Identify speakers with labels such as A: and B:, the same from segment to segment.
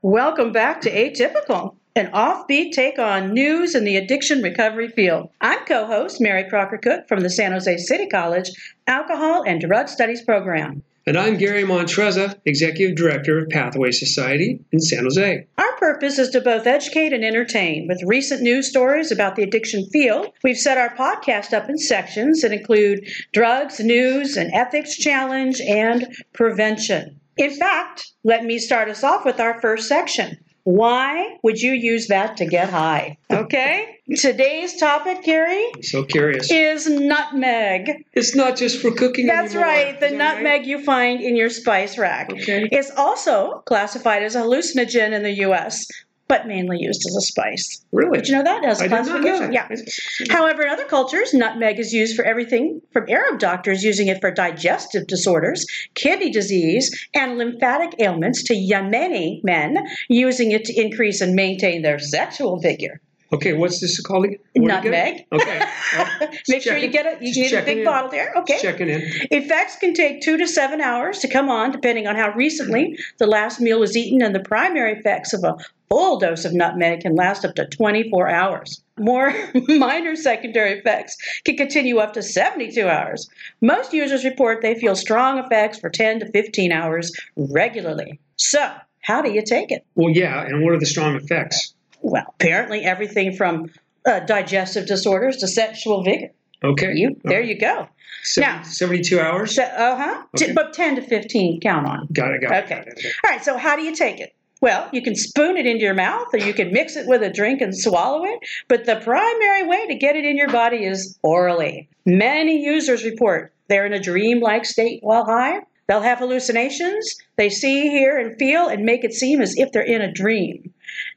A: Welcome back to Atypical, an offbeat take on news in the addiction recovery field. I'm co host Mary Crocker Cook from the San Jose City College Alcohol and Drug Studies Program.
B: And I'm Gary Montreza, Executive Director of Pathway Society in San Jose.
A: Our purpose is to both educate and entertain. With recent news stories about the addiction field, we've set our podcast up in sections that include drugs, news, an ethics challenge, and prevention. In fact, let me start us off with our first section. Why would you use that to get high? Okay? Today's topic, Gary,
B: I'm so curious.
A: is nutmeg.
B: It's not just for cooking.
A: That's
B: anymore.
A: right, the
B: Is that
A: nutmeg you find in your spice rack.
B: Okay.
A: It's also classified as a hallucinogen in the US, but mainly used as a spice.
B: Really?
A: Did you know that? As a
B: I did not know
A: classification?
B: that.
A: Yeah. However, in other cultures, nutmeg is used for everything from Arab doctors using it for digestive disorders, kidney disease, and lymphatic ailments to Yemeni men using it to increase and maintain their sexual figure.
B: Okay, what's this called again? What do you get? Okay. all right. Just
A: Make sure
B: checking-
A: you get it. You
B: just
A: need a
B: checking
A: big
B: in.
A: bottle there. Okay.
B: Just Checking in.
A: Effects can take two to seven hours to come on, depending on how recently the last meal was eaten, and the primary effects of a full dose of nutmeg can last up to 24 hours. More minor secondary effects can continue up to 72 hours. Most users report they feel strong effects for 10 to 15 hours regularly. So, how do you take it?
B: Well, yeah, and what are the strong effects?
A: Well, apparently everything from uh, digestive disorders to sexual vigor.
B: Okay.
A: You,
B: All
A: there
B: right.
A: you go.
B: Seven-
A: now-
B: 72 hours?
A: So, uh huh.
B: Okay.
A: But 10 to 15, count on.
B: Got it, got it.
A: Okay.
B: got it, okay.
A: All right, so how do you take it? Well, you can spoon it into your mouth or you can mix it with a drink and swallow it, but the primary way to get it in your body is orally. Many users report they're in a dreamlike state while high. They'll have hallucinations. They see, hear, and feel and make it seem as if they're in a dream.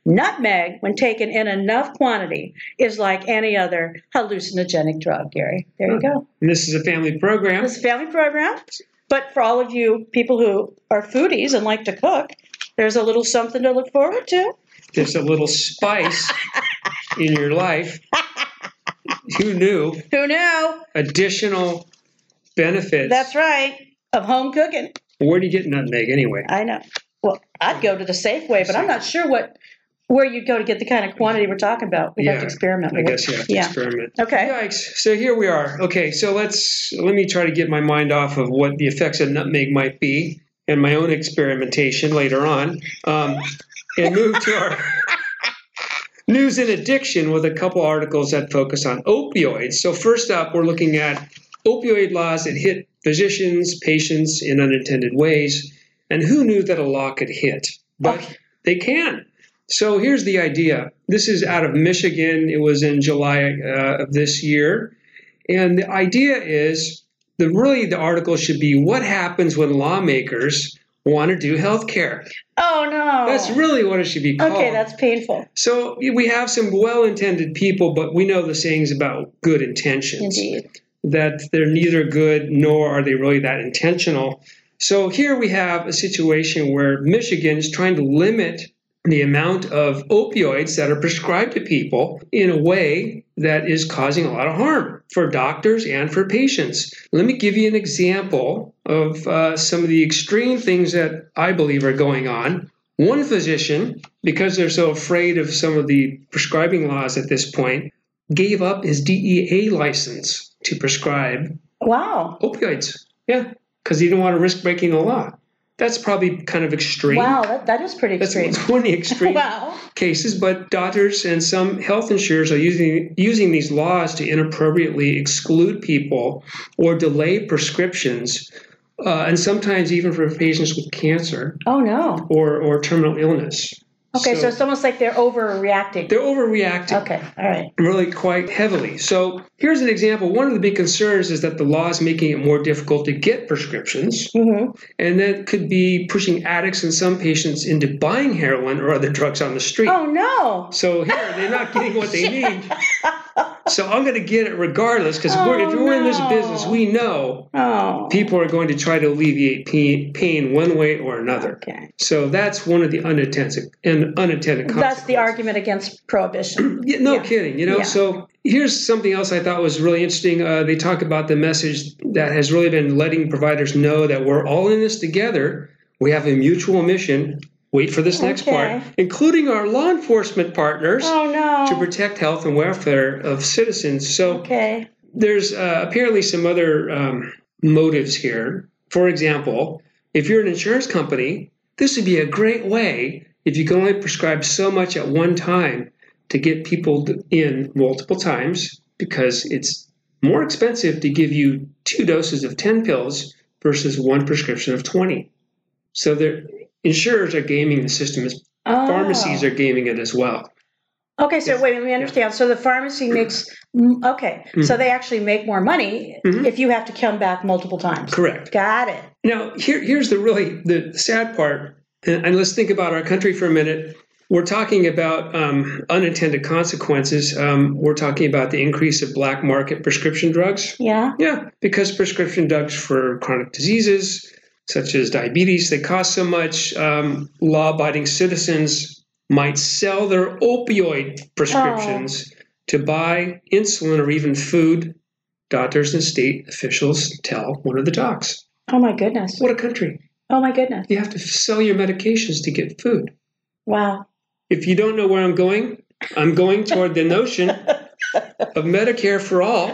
A: Nutmeg, when taken in enough quantity, is like any other hallucinogenic drug, Gary. There you go.
B: And this is a family program.
A: This family program. But for all of you people who are foodies and like to cook, there's a little something to look forward to.
B: There's a little spice in your life. Who knew?
A: Who knew?
B: Additional benefits.
A: That's right. Of home cooking.
B: Where do you get nutmeg anyway?
A: I know. Well, I'd go to the Safeway, but I'm not sure what where you'd go to get the kind of quantity we're talking about. We'd have to
B: Yeah,
A: experiment
B: I
A: with
B: guess you have to
A: Uh, Yeah.
B: experiment.
A: Okay.
B: Yikes. So here we are. Okay, so let's let me try to get my mind off of what the effects of nutmeg might be and my own experimentation later on. Um, and move to our news and addiction with a couple articles that focus on opioids. So first up, we're looking at opioid laws that hit physicians, patients in unintended ways. And who knew that a law could hit? But they can. So here's the idea. This is out of Michigan. It was in July uh, of this year. And the idea is the really the article should be what happens when lawmakers want to do health care.
A: Oh no.
B: That's really what it should be called.
A: Okay, that's painful.
B: so we have some well-intended people, but we know the sayings about good intentions
A: Indeed.
B: that they're neither good nor are they really that intentional. So here we have a situation where Michigan is trying to limit the amount of opioids that are prescribed to people in a way that is causing a lot of harm for doctors and for patients. Let me give you an example of uh, some of the extreme things that I believe are going on. One physician, because they're so afraid of some of the prescribing laws at this point, gave up his DEA license to prescribe
A: Wow.
B: opioids. Yeah, because he didn't want to risk breaking the law. That's probably kind of extreme.
A: Wow, that, that is pretty
B: That's
A: extreme.
B: one of the extreme
A: Wow.
B: cases, but doctors and some health insurers are using using these laws to inappropriately exclude people or delay prescriptions, uh, and sometimes even for patients with cancer
A: Oh no.
B: or, or terminal illness.
A: Okay, so,
B: So-
A: it's almost like they're overreacting.
B: They're overreacting.
A: okay, all right.
B: really quite heavily. So here's an example. One of the big concerns is that the law is making it more difficult to get prescriptions,
A: Mm-hmm.
B: and that could be pushing addicts and some patients into buying heroin or other drugs on the street.
A: Oh no.
B: So here they're not getting what they need. So I'm going to get it regardless because we're if
A: Oh,
B: we're in this
A: no.
B: business, we know
A: Oh.
B: people are going to try to alleviate pain, pain one way or another.
A: Okay.
B: So that's one of the unintended and unintended consequences.
A: That's the argument against prohibition.
B: Yeah, no
A: Yeah.
B: kidding. You know,
A: Yeah.
B: so here's something else I thought was really interesting. Uh, they talk about the message that has really been letting providers know that we're all in this together. We have a mutual mission. Wait for this next part.
A: Okay.
B: Including our law enforcement partners
A: Oh
B: to
A: no.
B: protect health and welfare of citizens. So
A: Okay.
B: there's uh, apparently some other um, motives here. For example, if you're an insurance company, this would be a great way if you can only prescribe so much at one time to get people t- in multiple times because it's more expensive to give you two doses of 10 pills versus one prescription of 20. So they're, insurers are gaming the system, as
A: Oh.
B: pharmacies are gaming it as well.
A: Okay, so wait, let me understand. So the
B: Mm-hmm.
A: pharmacy makes mm, okay. So they actually make more money
B: Mhm.
A: if you have to come back multiple times.
B: Correct.
A: Got it.
B: Now, here, here's the really the sad part, and, and let's think about our country for a minute. We're talking about um, unintended consequences. Um, we're talking about the increase of black market prescription drugs.
A: Yeah.
B: Yeah, because prescription drugs for chronic diseases such as diabetes they cost so much. Um, law-abiding citizens might sell their opioid prescriptions to buy insulin or even food. Doctors and state officials tell one of the docs.
A: Oh my goodness.
B: What a country!
A: Oh my goodness.
B: You have to sell your medications to get food.
A: Wow.
B: If you don't know where I'm going, I'm going toward the notion of Medicare for all,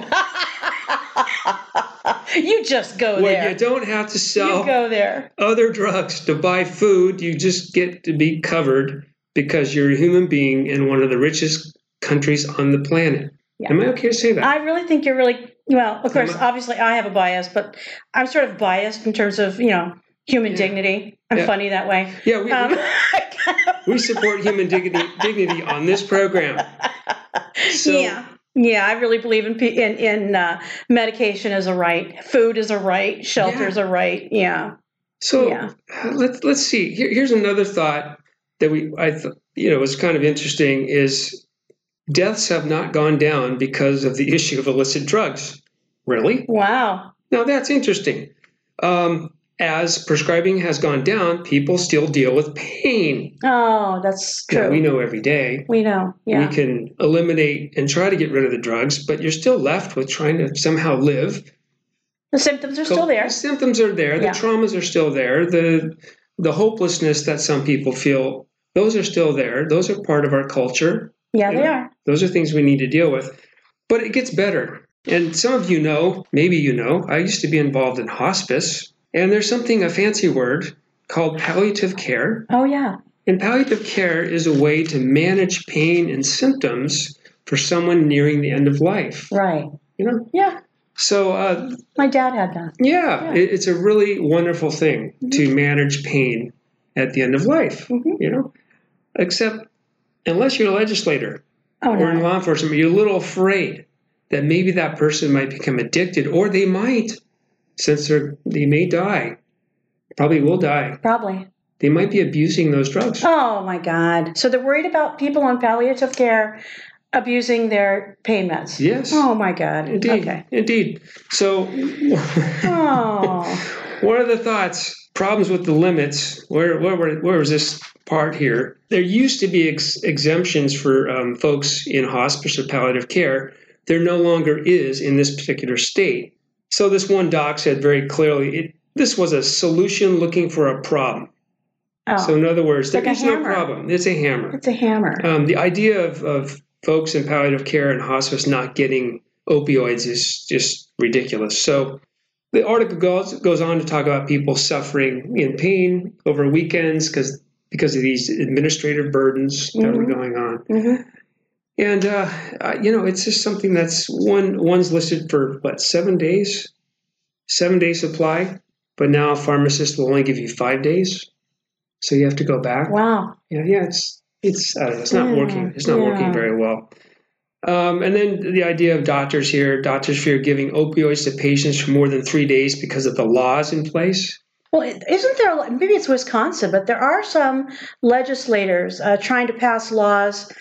A: you just go
B: where
A: Oh, there.
B: you don't have to
A: you
B: sell
A: go there.
B: other drugs to buy food. You just get to be covered because you're a human being in one of the richest countries on the planet.
A: Yeah. Uh,
B: Am I okay to say that?
A: I really think you're really well. Of course,
B: I'm a-
A: obviously, I have a bias, but I'm sort of biased in terms of you know human dignity. I'm
B: Yeah.
A: funny that way.
B: yeah, we,
A: Um,
B: we support human dignity, dignity on this program. So,
A: yeah. Yeah, I really believe in pe- in, in uh, medication is a right, food is a right, shelter
B: Yeah.
A: is a right. Yeah,
B: So
A: Yeah.
B: let's let's see. Here, here's another thought that we I th- you know was kind of interesting is deaths have not gone down because of the issue of illicit drugs. Really?
A: wow.
B: Now that's interesting. Um, as prescribing has gone down, people still deal with pain
A: Oh, that's true.
B: that we know every day.
A: We know. Yeah.
B: We can eliminate and try to get rid of the drugs, but you're still left with trying to somehow live
A: the symptoms are still
B: so
A: there.
B: The symptoms are there. The
A: Yeah.
B: traumas are still there. The the hopelessness that some people feel, those are still there. Those are part of our culture.
A: Yeah, they
B: Yeah.
A: are.
B: Those are things we need to deal with. But it gets better. And some of you know, maybe you know, I used to be involved in hospice, and there's something a fancy word called palliative care.
A: Oh, yeah.
B: And palliative care is a way to manage pain and symptoms for someone nearing the end of life.
A: Right.
B: You know,
A: Yeah.
B: so uh,
A: My dad had that.
B: yeah,
A: Yeah. Mm-hmm.
B: it it's a really wonderful thing to manage pain at the end of life,
A: Mhm.
B: you know? Except, unless you're a legislator
A: Oh,
B: or in
A: no.
B: law enforcement, you're a little afraid that maybe that person might become addicted or they might, since they're, they may die, probably will die,
A: Probably.
B: they might be abusing those drugs.
A: Oh, my God. So they're worried about people on palliative care abusing their pain meds.
B: Yes.
A: Oh, my God.
B: Indeed,
A: Okay.
B: indeed. So,
A: Oh,
B: What are the thoughts? Problems with the limits. Where where where, where was this part here? There used to be ex- exemptions for um, folks in hospice or palliative care. There no longer is in this particular state. So this one doc said very clearly it, this was a solution looking for a problem.
A: oh.
B: So in other words,
A: Like a
B: there is no
A: hammer.
B: problem. It's a hammer.
A: it's a hammer.
B: Um, the idea of, of folks in palliative care and hospice not getting opioids is just ridiculous. So the article goes, goes on to talk about people suffering in pain over weekends because because of these administrative burdens that were
A: Mhm.
B: going on.
A: Mhm.
B: And uh, uh, you know, it's just something that's one one's listed for what seven days, seven day supply, but now a pharmacist will only give you five days, so you have to go back
A: Wow.
B: yeah, yeah, it's it's I don't know, it's not
A: Yeah,
B: working. It's not
A: yeah.
B: working very well. Um, and then the idea of doctors here, doctors fear giving opioids to patients for more than three days because of the laws in place.
A: Well, it- isn't there, maybe it's Wisconsin, but there are some legislators uh, trying to pass laws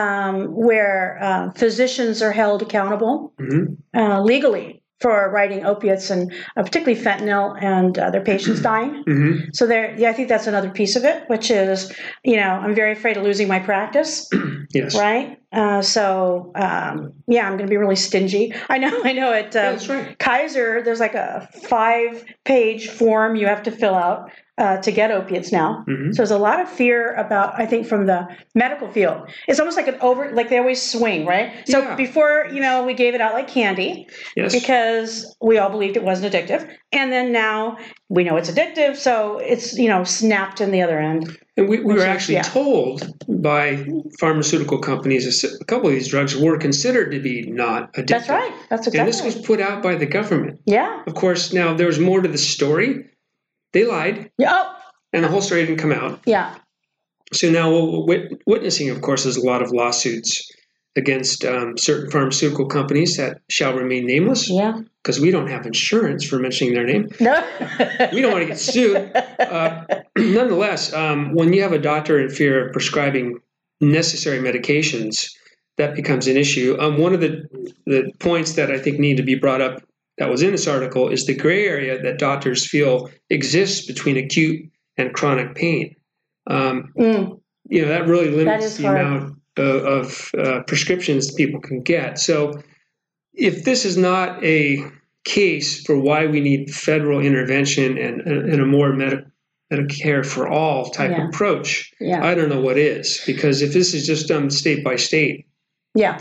A: um, where uh, physicians are held accountable
B: Mhm.
A: uh, legally for writing opiates and uh, particularly fentanyl and uh, their patients dying.
B: Mhm.
A: So there, yeah, I think that's another piece of it, which is, you know, I'm very afraid of losing my practice,
B: Yes,
A: right? Uh, so um, yeah, I'm going to be really stingy. I know, I know. At
B: Yeah,
A: um,
B: that's right.
A: Kaiser, there's like a five-page form you have to fill out uh, to get opiates now.
B: Mhm.
A: So there's a lot of fear about, I think, from the medical field. It's almost like an over, like they always swing, right? So
B: Yeah.
A: before, you know, we gave it out like candy
B: Yes.
A: because we all believed it wasn't addictive, and then now we know it's addictive. So it's you know snapped in the other end.
B: And we, we were
A: Which is-
B: actually
A: yeah.
B: told by pharmaceutical companies a s- a couple of these drugs were considered to be not addictive.
A: That's right. That's exactly.
B: And this was put out by the government.
A: yeah.
B: Of course, now there was more to the story. They lied,
A: Yeah. Oh,
B: and the whole story didn't come out.
A: yeah.
B: So now, what we're wit- witnessing, of course, is a lot of lawsuits against um, certain pharmaceutical companies that shall remain nameless
A: Yeah.
B: because we don't have insurance for mentioning their name.
A: No.
B: We don't want to get sued. Uh, nonetheless, um, when you have a doctor in fear of prescribing necessary medications, that becomes an issue. Um, one of the, the points that I think need to be brought up that was in this article is the gray area that doctors feel exists between acute and chronic pain. Um,
A: Mm,
B: you know, that really
A: That
B: limits
A: is
B: the
A: hard.
B: amount of, of uh, prescriptions people can get. So if this is not a case for why we need federal intervention and, and a more medi- Medicare for all type
A: Yeah.
B: approach,
A: yeah.
B: I don't know what is, because if this is just done state by state,
A: Yeah.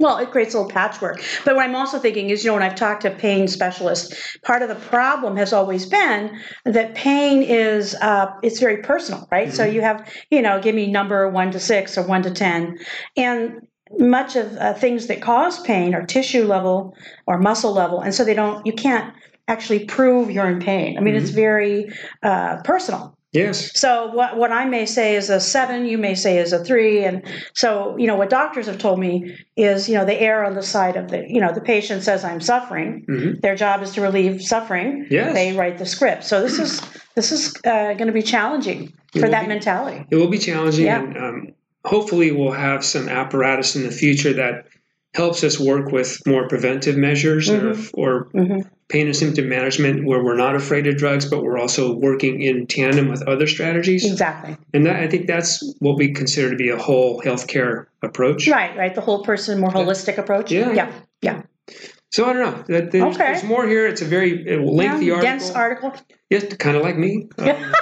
A: Well, it creates a little patchwork. But what I'm also thinking is, you know, when I've talked to pain specialists, part of the problem has always been that pain is uh, it's very personal, right? So you have, you know, give me number one to six or one to ten, and much of uh, things that cause pain are tissue level or muscle level, and so they don't, you can't actually prove you're in pain. I mean, it's very uh, personal.
B: yes,
A: So what what I may say is a seven, you may say is a three, and so you know what doctors have told me is you know they err on the side of the you know the patient says I'm suffering.
B: Mhm.
A: Their job is to relieve suffering.
B: Yes.
A: They write the script. So this is this is uh, going to be challenging for
B: will
A: that
B: be.
A: mentality.
B: it will be challenging.
A: Yeah.
B: And um, hopefully, we'll have some apparatus in the future that helps us work with more preventive measures or, or
A: hmm
B: pain and symptom management where we're not afraid of drugs but we're also working in tandem with other strategies
A: Exactly.
B: and that, i think that's what we consider to be a whole healthcare approach
A: Right. Right. The whole person, more holistic approach.
B: Yeah.
A: Yeah. Yeah.
B: so i don't know That- there's,
A: Okay.
B: there's more here it's a very uh, lengthy
A: Yeah,
B: article
A: Dense article.
B: yes kind of like me Um,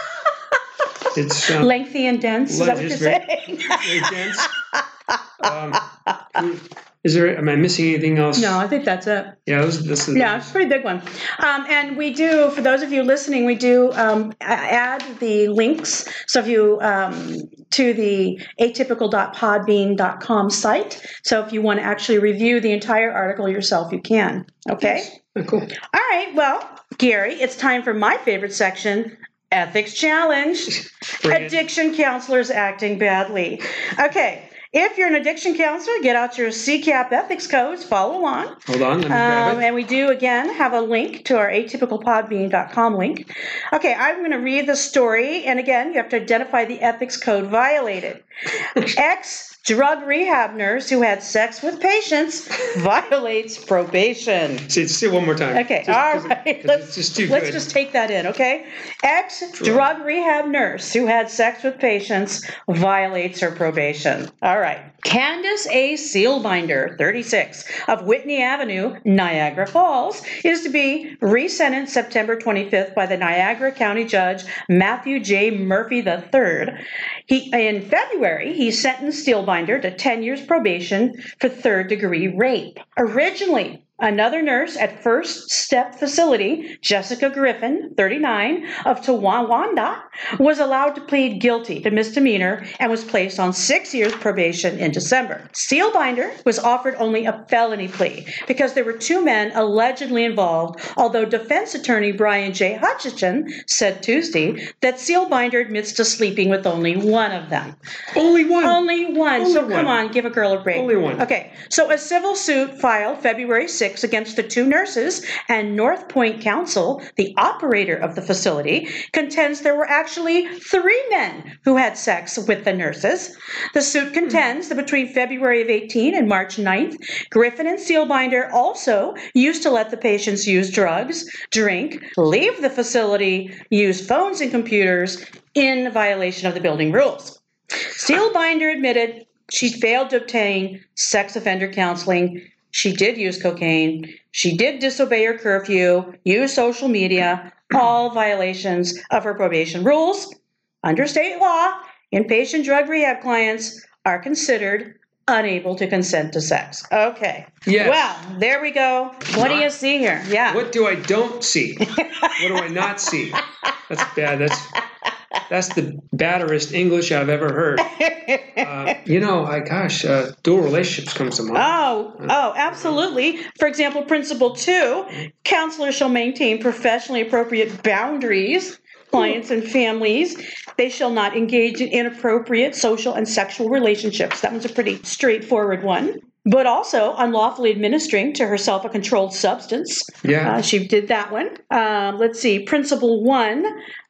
B: it's um,
A: Lengthy and dense. Is that what you're
B: Just
A: saying?
B: very dense um, is there am i missing anything else
A: no, I think that's it.
B: yeah this, this is
A: Yeah, it's a pretty big one. Um, and we do, for those of you listening, we do um, a- add the links. So if you um, to the atypical.podbean.com site. So if you want to actually review the entire article yourself, you can. Okay.
B: Oh, cool
A: All right. Well, Gary, it's time for my favorite section. Ethics challenge.
B: Bring it.
A: Addiction counselors acting badly. Okay. If you're an addiction counselor, get out your CCAP ethics codes, follow along.
B: hold on let me grab
A: Um,
B: it
A: and we do again have a link to our atypicalpodbean.com link. Okay, I'm going to read the story, and again, you have to identify the ethics code violated. Ex drug rehab nurse who had sex with patients violates probation.
B: Say, say it one more time.
A: Okay,
B: Just
A: all
B: 'cause it- 'cause
A: right.
B: it's
A: Let's
B: just too
A: let's
B: good.
A: just take that in, okay? Ex drug rehab nurse who had sex with patients violates her probation. All right. Candace A. Sealbinder, 36, of Whitney Avenue, Niagara Falls, is to be resentenced September 25th by the Niagara County Judge Matthew J. Murphy III. He in February he sentenced Steelbinder to 10 years probation for third degree rape. Originally, Another nurse at First Step Facility, Jessica Griffin, 39, of Tawanda, was allowed to plead guilty to misdemeanor and was placed on six years probation in December. Steelbinder was offered only a felony plea because there were two men allegedly involved, although defense attorney Brian J. Hutchison said Tuesday that Sealbinder admits to sleeping with only one of them.
B: Only one.
A: Only one. so
B: Only
A: come
B: one.
A: on, give a girl a break.
B: Only one.
A: Okay. So a civil suit filed February 6 against the two nurses and North Point Council, the operator of the facility, contends there were actually three men who had sex with the nurses. The
B: Hmm.
A: suit contends that between February of 18 and March 9th, Griffin and Sealbinder also used to let the patients use drugs, drink, leave the facility, use phones and computers in violation of the building rules. Steelbinder admitted She failed to obtain sex offender counseling. She did use cocaine. She did disobey her curfew, use social media, all violations of her probation rules. Under state law, inpatient drug rehab clients are considered unable to consent to sex. Okay.
B: Yes.
A: Well, there we go. What do
B: Not-
A: you see here? Yeah.
B: What do I don't see? what do I not see? That's bad. That's that's the batterest English I've ever heard. Uh, you know, I gosh, uh, dual relationships comes to mind.
A: Oh, oh, absolutely. For example, principle two counselors shall maintain professionally appropriate boundaries, clients and families. They shall not engage in inappropriate social and sexual relationships. That one's a pretty straightforward one. But also unlawfully administering to herself a controlled substance.
B: yeah.
A: Uh, she did that one. Um, let's see. Principle one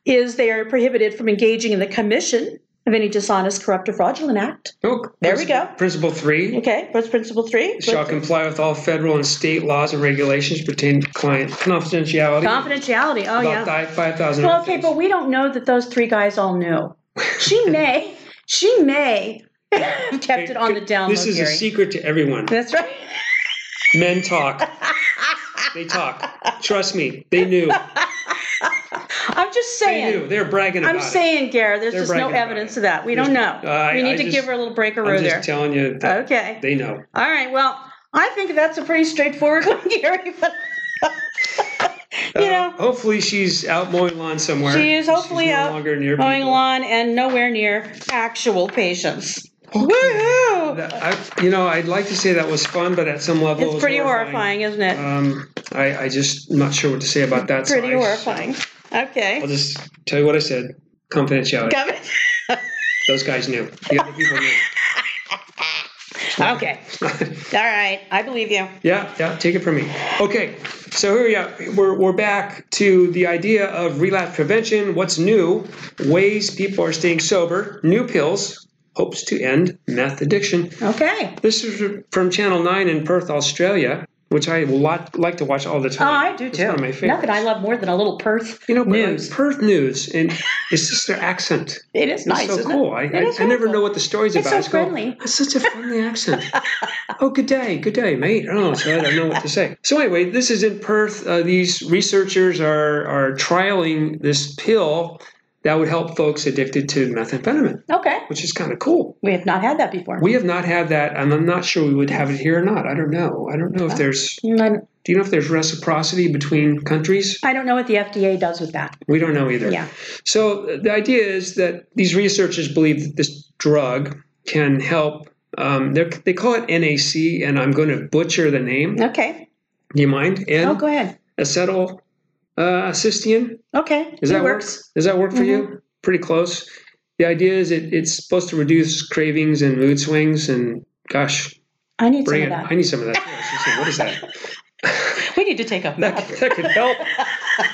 A: is they are prohibited from engaging in the commission of any dishonest, corrupt, or fraudulent act.
B: Oh,
A: there we
B: principle-
A: go.
B: Principle three
A: Okay, what's principle three?
B: shall comply with all federal and state laws and regulations pertaining to client confidentiality.
A: Confidentiality. Oh,
B: about
A: yeah.
B: five thousand.
A: Well, okay, but we don't know that those three guys all knew. She may, she may have kept it on the down low.
B: This is a
A: Gary.
B: secret to everyone.
A: That's right.
B: Men talk. they talk. Trust me, they knew.
A: I'm just
B: They
A: saying.
B: knew. They're bragging about
A: I'm saying, Gary, there's
B: They're
A: just no
B: bragging about
A: evidence
B: it.
A: of that. We don't know.
B: There's- I-
A: we
B: I
A: need to
B: just-
A: give her a little breaker
B: it. I'm
A: road
B: just
A: there.
B: telling you. That
A: Okay.
B: They know.
A: All right. Well, I think that's a pretty straightforward one, Gary. But you
B: Uh,
A: know,
B: hopefully she's out mowing lawn somewhere.
A: She is hopefully
B: she's no
A: out
B: longer near
A: mowing
B: people.
A: lawn and nowhere near actual patients.
B: That-
A: Woohoo!
B: I, you know, I'd like to say that was fun, but at some level, it
A: It's
B: was
A: pretty horrifying, isn't it?
B: Um, I, I just am not sure what to say about that. so
A: pretty
B: I-
A: horrifying. Okay.
B: I'll just tell you what I said. Confidentiality.
A: Got it?
B: Those guys knew. The other people knew.
A: okay. All right. I believe you.
B: Yeah, yeah, take it from me. Okay, so here we are. We're, we're back to the idea of relapse prevention, what's new, ways people are staying sober, new pills, hopes to end meth addiction.
A: Okay.
B: This is from Channel 9 in Perth, Australia, which I will lot, like to watch all the
A: Oh,
B: time.
A: I do
B: It's
A: too.
B: one of my favorites.
A: Nothing I love more than a little Perth
B: You know, but like,
A: news.
B: Perth news, and it's just their accent.
A: It is nice,
B: so
A: isn't
B: cool.
A: it?
B: I,
A: It
B: I,
A: is
B: I never
A: wonderful.
B: know what the story's
A: It's
B: about.
A: so
B: I just go,
A: friendly.
B: That's such a friendly accent. oh, good day, good day, mate. Oh, so I don't know what to say. So anyway, this is in Perth. Uh, these researchers are are trialing this pill that would help folks addicted to methamphetamine,
A: Okay.
B: which is kind of cool.
A: We have not had that before.
B: We have not had that, and I'm not sure we would have it here or not. I don't know. I don't know if there's.
A: Mm,
B: Do you know if there's reciprocity between countries?
A: I don't know what the FDA does with that.
B: We don't know either.
A: Yeah.
B: So uh, the idea is that these researchers believe that this drug can help. Um, they're- they call it NAC, and I'm going to butcher the name.
A: Okay.
B: Do you mind? N
A: Oh, go ahead.
B: acetyl uh, cysteine.
A: Okay.
B: Does
A: it
B: that
A: works. Mm-hmm.
B: work? Does that work for you? Pretty close. The idea is it, it's supposed to reduce cravings and mood swings. And gosh,
A: I need
B: bring it!
A: some of
B: I need some of that. too. I was just saying, what is that?
A: that. We need to take a
B: that, that could help.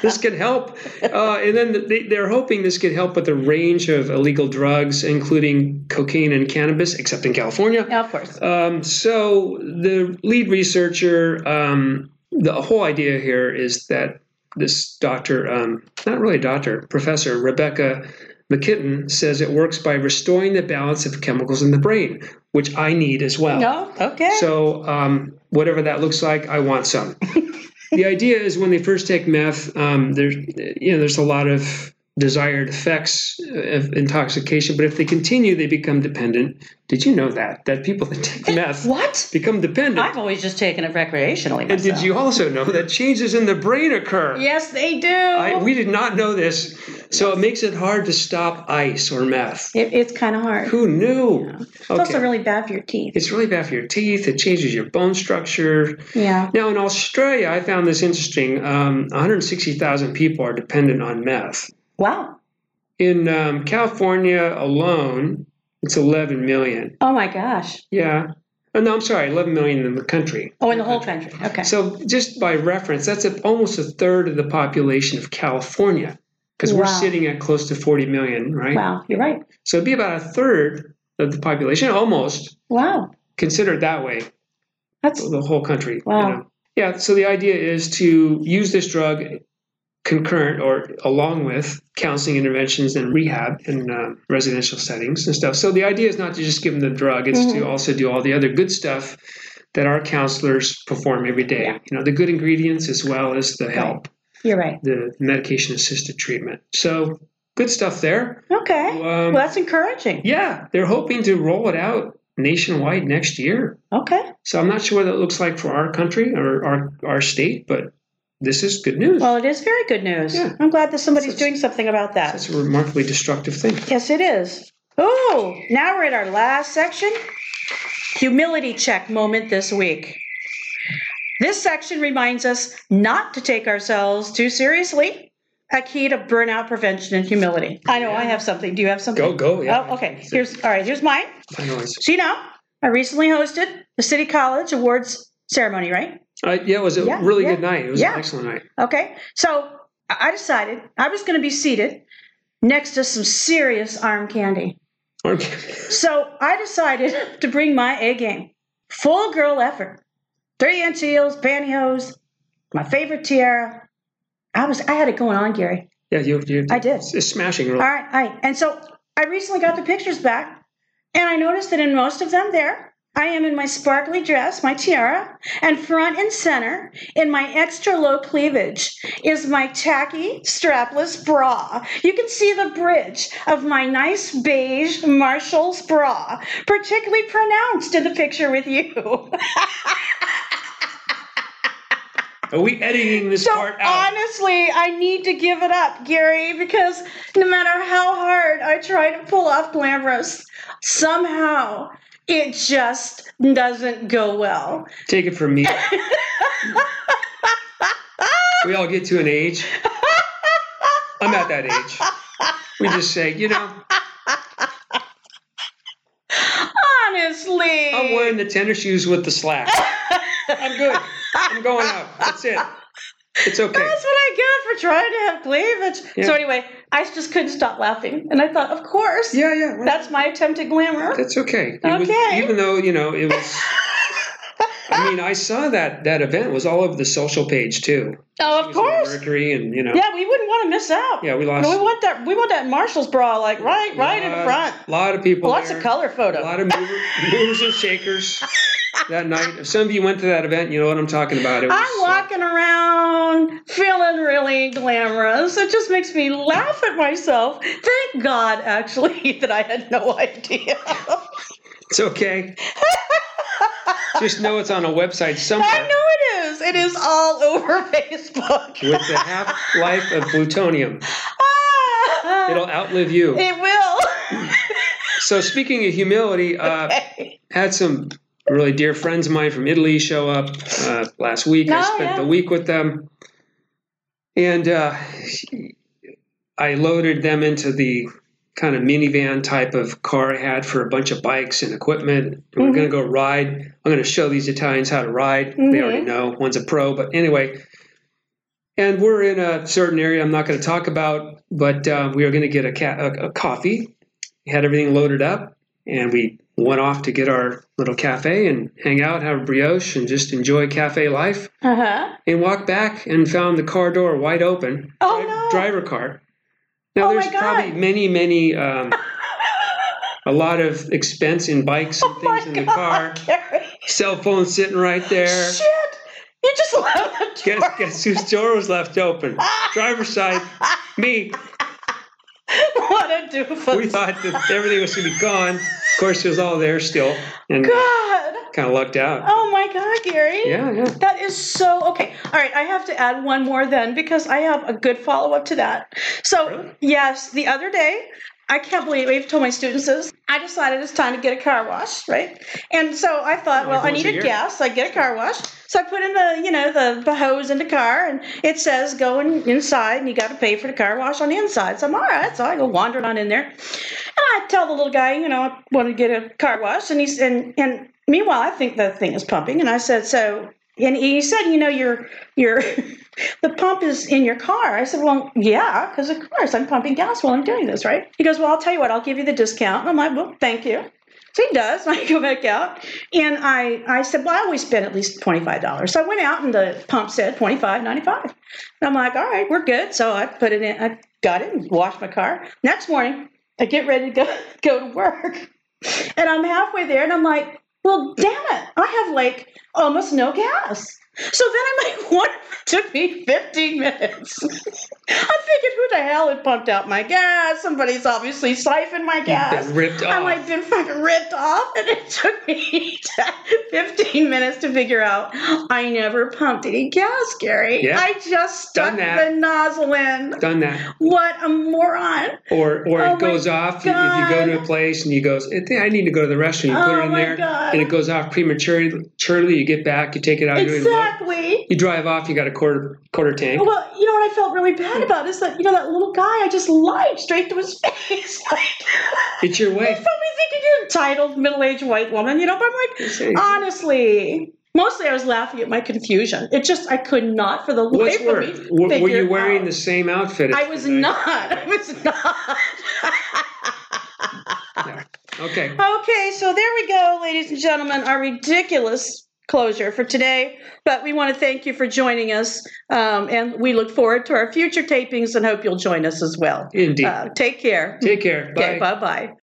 B: this could help. Uh, and then they, they're hoping this could help with the range of illegal drugs, including cocaine and cannabis, except in California.
A: Now, of course.
B: Um, so the lead researcher, um, the whole idea here is that this doctor, um, not really a doctor, professor Rebecca McKitten says it works by restoring the balance of chemicals in the brain, which I need as well.
A: No. Okay.
B: So um, whatever that looks like, I want some. the idea is when they first take meth, um, there's you know there's a lot of desired effects of intoxication, but if they continue, they become dependent. Did you know that that people that take meth
A: what?
B: become dependent?
A: I've always just taken it recreationally.
B: and did
A: myself.
B: you also know that changes in the brain occur?
A: Yes, they do.
B: I, we did not know this, so it makes it hard to stop ice or meth.
A: it, it's kind of hard.
B: Who knew?
A: It's also
B: Okay.
A: really bad for your teeth.
B: It's really bad for your teeth. It changes your bone structure.
A: Yeah.
B: Now, in Australia, I found this interesting. Um, 160,000 people are dependent on meth.
A: Wow.
B: In um, California alone, it's 11 million.
A: Oh my gosh.
B: Yeah. Oh, no, I'm sorry, 11 million in the country.
A: Oh, in the whole country. Okay.
B: So, just by reference, that's a, almost a third of the population of California because
A: Wow.
B: we're sitting at close to 40 million, right?
A: wow. You're right.
B: So, it'd be about a third of the population, almost
A: Wow.
B: considered that way.
A: That's
B: the whole country.
A: Wow.
B: Yeah. So the idea is to use this drug concurrent or along with counseling interventions and rehab in uh, residential settings and stuff. So the idea is not to just give them the drug; it's
A: Mm-hmm.
B: to also do all the other good stuff that our counselors perform every day.
A: Yeah.
B: You know, the good ingredients as well as the help,
A: You're right.
B: the medication-assisted treatment. So good stuff there.
A: Okay.
B: Um,
A: well, that's encouraging.
B: yeah, they're hoping to roll it out nationwide next year.
A: Okay.
B: So I'm not sure what that looks like for our country or our our state, but this is good news.
A: Well, it is very good news.
B: Yeah.
A: I'm glad that somebody's
B: That's-
A: doing something about that.
B: That's a remarkably destructive thing.
A: Yes, it is. Oh, now we're at our last section humility check moment this week. This section reminds us not to take ourselves too seriously. A key to burnout prevention and humility. I know I have something. Do you have something?
B: Go, go, yeah.
A: Oh, okay. Here's all right. Here's mine.
B: I know it's-
A: So you know, I recently hosted the City College Awards ceremony, right?
B: Uh, yeah, it was a
A: Yeah,
B: really
A: yeah.
B: good night. It was
A: Yeah.
B: an excellent night.
A: Okay. So I I decided I was going to be seated next to some serious arm candy.
B: Okay.
A: So I decided to bring my A game. Full girl effort. Three inch heels, pantyhose, my favorite tiara. I was I had it going on, Gary.
B: Yeah, you, you
A: I did.
B: It's, it's smashing
A: All
B: really.
A: right, all right. And so I recently got the pictures back, and I noticed that in most of them there, I am in my sparkly dress, my tiara, and front and center in my extra low cleavage is my tacky strapless bra. You can see the bridge of my nice beige Marshall's bra, particularly pronounced in the picture with you.
B: Are we editing this
A: So
B: part out?
A: honestly, I need to give it up, Gary, because no matter how hard I try to pull off glamorous, somehow it just doesn't go well.
B: Take it from me. we all get to an age. I'm at that age. We just say, you know,
A: Honestly.
B: I'm wearing the tennis shoes with the slacks. I'm good. I'm going out. That's it. It's okay.
A: That's what I get for trying to have cleavage.
B: Yeah.
A: So anyway, I just couldn't stop laughing. And I thought, of course,
B: Yeah, yeah. well,
A: that's my attempt at glamour.
B: That's okay. It was-
A: Okay.
B: even though you know it was. I mean, I saw that that event was all over the social page too.
A: oh, of course.
B: Mercury and you know.
A: Yeah, we wouldn't want to miss out.
B: Yeah, we
A: You
B: lost.
A: know, we want that we want that Marshall's bra like right right in front.
B: A lot of people.
A: Lots
B: there,
A: of color
B: A
A: photos.
B: lot of mover, movers and shakers that night. If some of you went to that event, you know what I'm talking about. It was, uh,
A: I'm walking around feeling really glamorous. It just makes me laugh at myself. Thank God, actually, that I had no idea.
B: It's okay. Just know it's on a website somewhere.
A: I know it is. It is all over Facebook.
B: With the half life of plutonium,
A: Ah,
B: it'll outlive you.
A: it will.
B: So speaking of humility, uh, had some really dear friends of mine from Italy show up uh, last week. I
A: Oh,
B: spent
A: yeah.
B: the week with them, and uh, I loaded them into the kind of minivan type of car I had for a bunch of bikes and equipment. And We're
A: Mhm.
B: going to go ride. I'm going to show these Italians how to ride. They already know. One's a pro, but anyway. And we're in a certain area I'm not going to talk about, but uh, we are going to get a, ca- a, a coffee. We had everything loaded up and we went off to get our little cafe and hang out, have a brioche, and just enjoy cafe life.
A: Uh huh.
B: And walked back and found the car door wide open,
A: Oh no.
B: driver car.
A: Oh,
B: Now
A: my
B: there's
A: God.
B: probably many, many, um, a lot of expense in bikes and
A: Oh My
B: things in the
A: God,
B: car.
A: Gary.
B: Cell phone sitting right there.
A: Shit. You just left the
B: Guess,
A: door.
B: guess whose door was left open? Driver's side, me.
A: what a doofus.
B: We thought that everything was going to be gone. Of course, it was all there still, and
A: God.
B: kind of lucked out.
A: Oh my God, Gary.
B: Yeah, yeah.
A: That is so okay. All right, I have to add one more then because I have a good follow up to that. So,
B: Really?
A: yes, the other day, I can't believe I've told my students this. I decided it's time to get a car wash, right? And so I thought,
B: Like
A: well, I
B: once a
A: need a
B: year?
A: gas. I get a car wash. So I put in the, you know, the, the hose in the car and it says go in, inside and you got to pay for the car wash on the inside. So I'm all right. So I go wandering on in there. And I tell the little guy, you know, I want to get a car wash, and he's and and meanwhile, I think the thing is pumping, and I said, so And he said, you know, your your the pump is in your car. I said, well, yeah, because of course I'm pumping gas while I'm doing this, right? He goes, well, I'll tell you what, I'll give you the discount. And I'm like, well, thank you. So he does. And I go back out, and I I said, well, I always spend at least twenty five dollars. So I went out, and the pump said twenty five ninety five. And I'm like, all right, we're good. So I put it in. I got it and washed my car. Next morning, I get ready to go go to work, and I'm halfway there, and I'm like, well, damn it, I have like almost no gas. So then I'm like, what? It took me 15 minutes. I figured, who the hell had pumped out my gas? Somebody's obviously siphoned my gas.
B: Been ripped off.
A: I'm like, been fucking ripped off. And it took me 15 minutes to figure out I never pumped any gas, Gary.
B: Yeah.
A: I just stuck
B: Done that.
A: the nozzle in.
B: Done that,
A: What a moron.
B: or or
A: Oh my
B: it goes off. If you go to a
A: God.
B: place and you goes, "I think I need to go to the restroom. You put
A: Oh
B: it in
A: my
B: there,
A: God.
B: and it goes off prematurely. You get back, you take it out, you, go and look.
A: Exactly.
B: you drive off. You got a quarter quarter tank.
A: Well, you know what I felt really
B: Mm.
A: bad about is that, you know, that little guy, I just lied straight to his face. like,
B: It's your
A: I
B: way.
A: probably thinking you're entitled middle aged white woman, you know, but I'm
B: Say,
A: like, honestly. Mostly I was laughing at my confusion. It just, I could not for the
B: What's
A: life of me.
B: worse? Were, were
A: figure
B: you
A: it
B: wearing
A: out.
B: the same outfit? as
A: I was
B: tonight?
A: not. I was not.
B: Okay.
A: Okay, so there we go, ladies and gentlemen, our ridiculous closure for today. But we want to thank you for joining us, um, and we look forward to our future tapings and hope you'll join us as well.
B: Indeed.
A: Uh, take care.
B: Take care. Bye.
A: Okay, bye bye.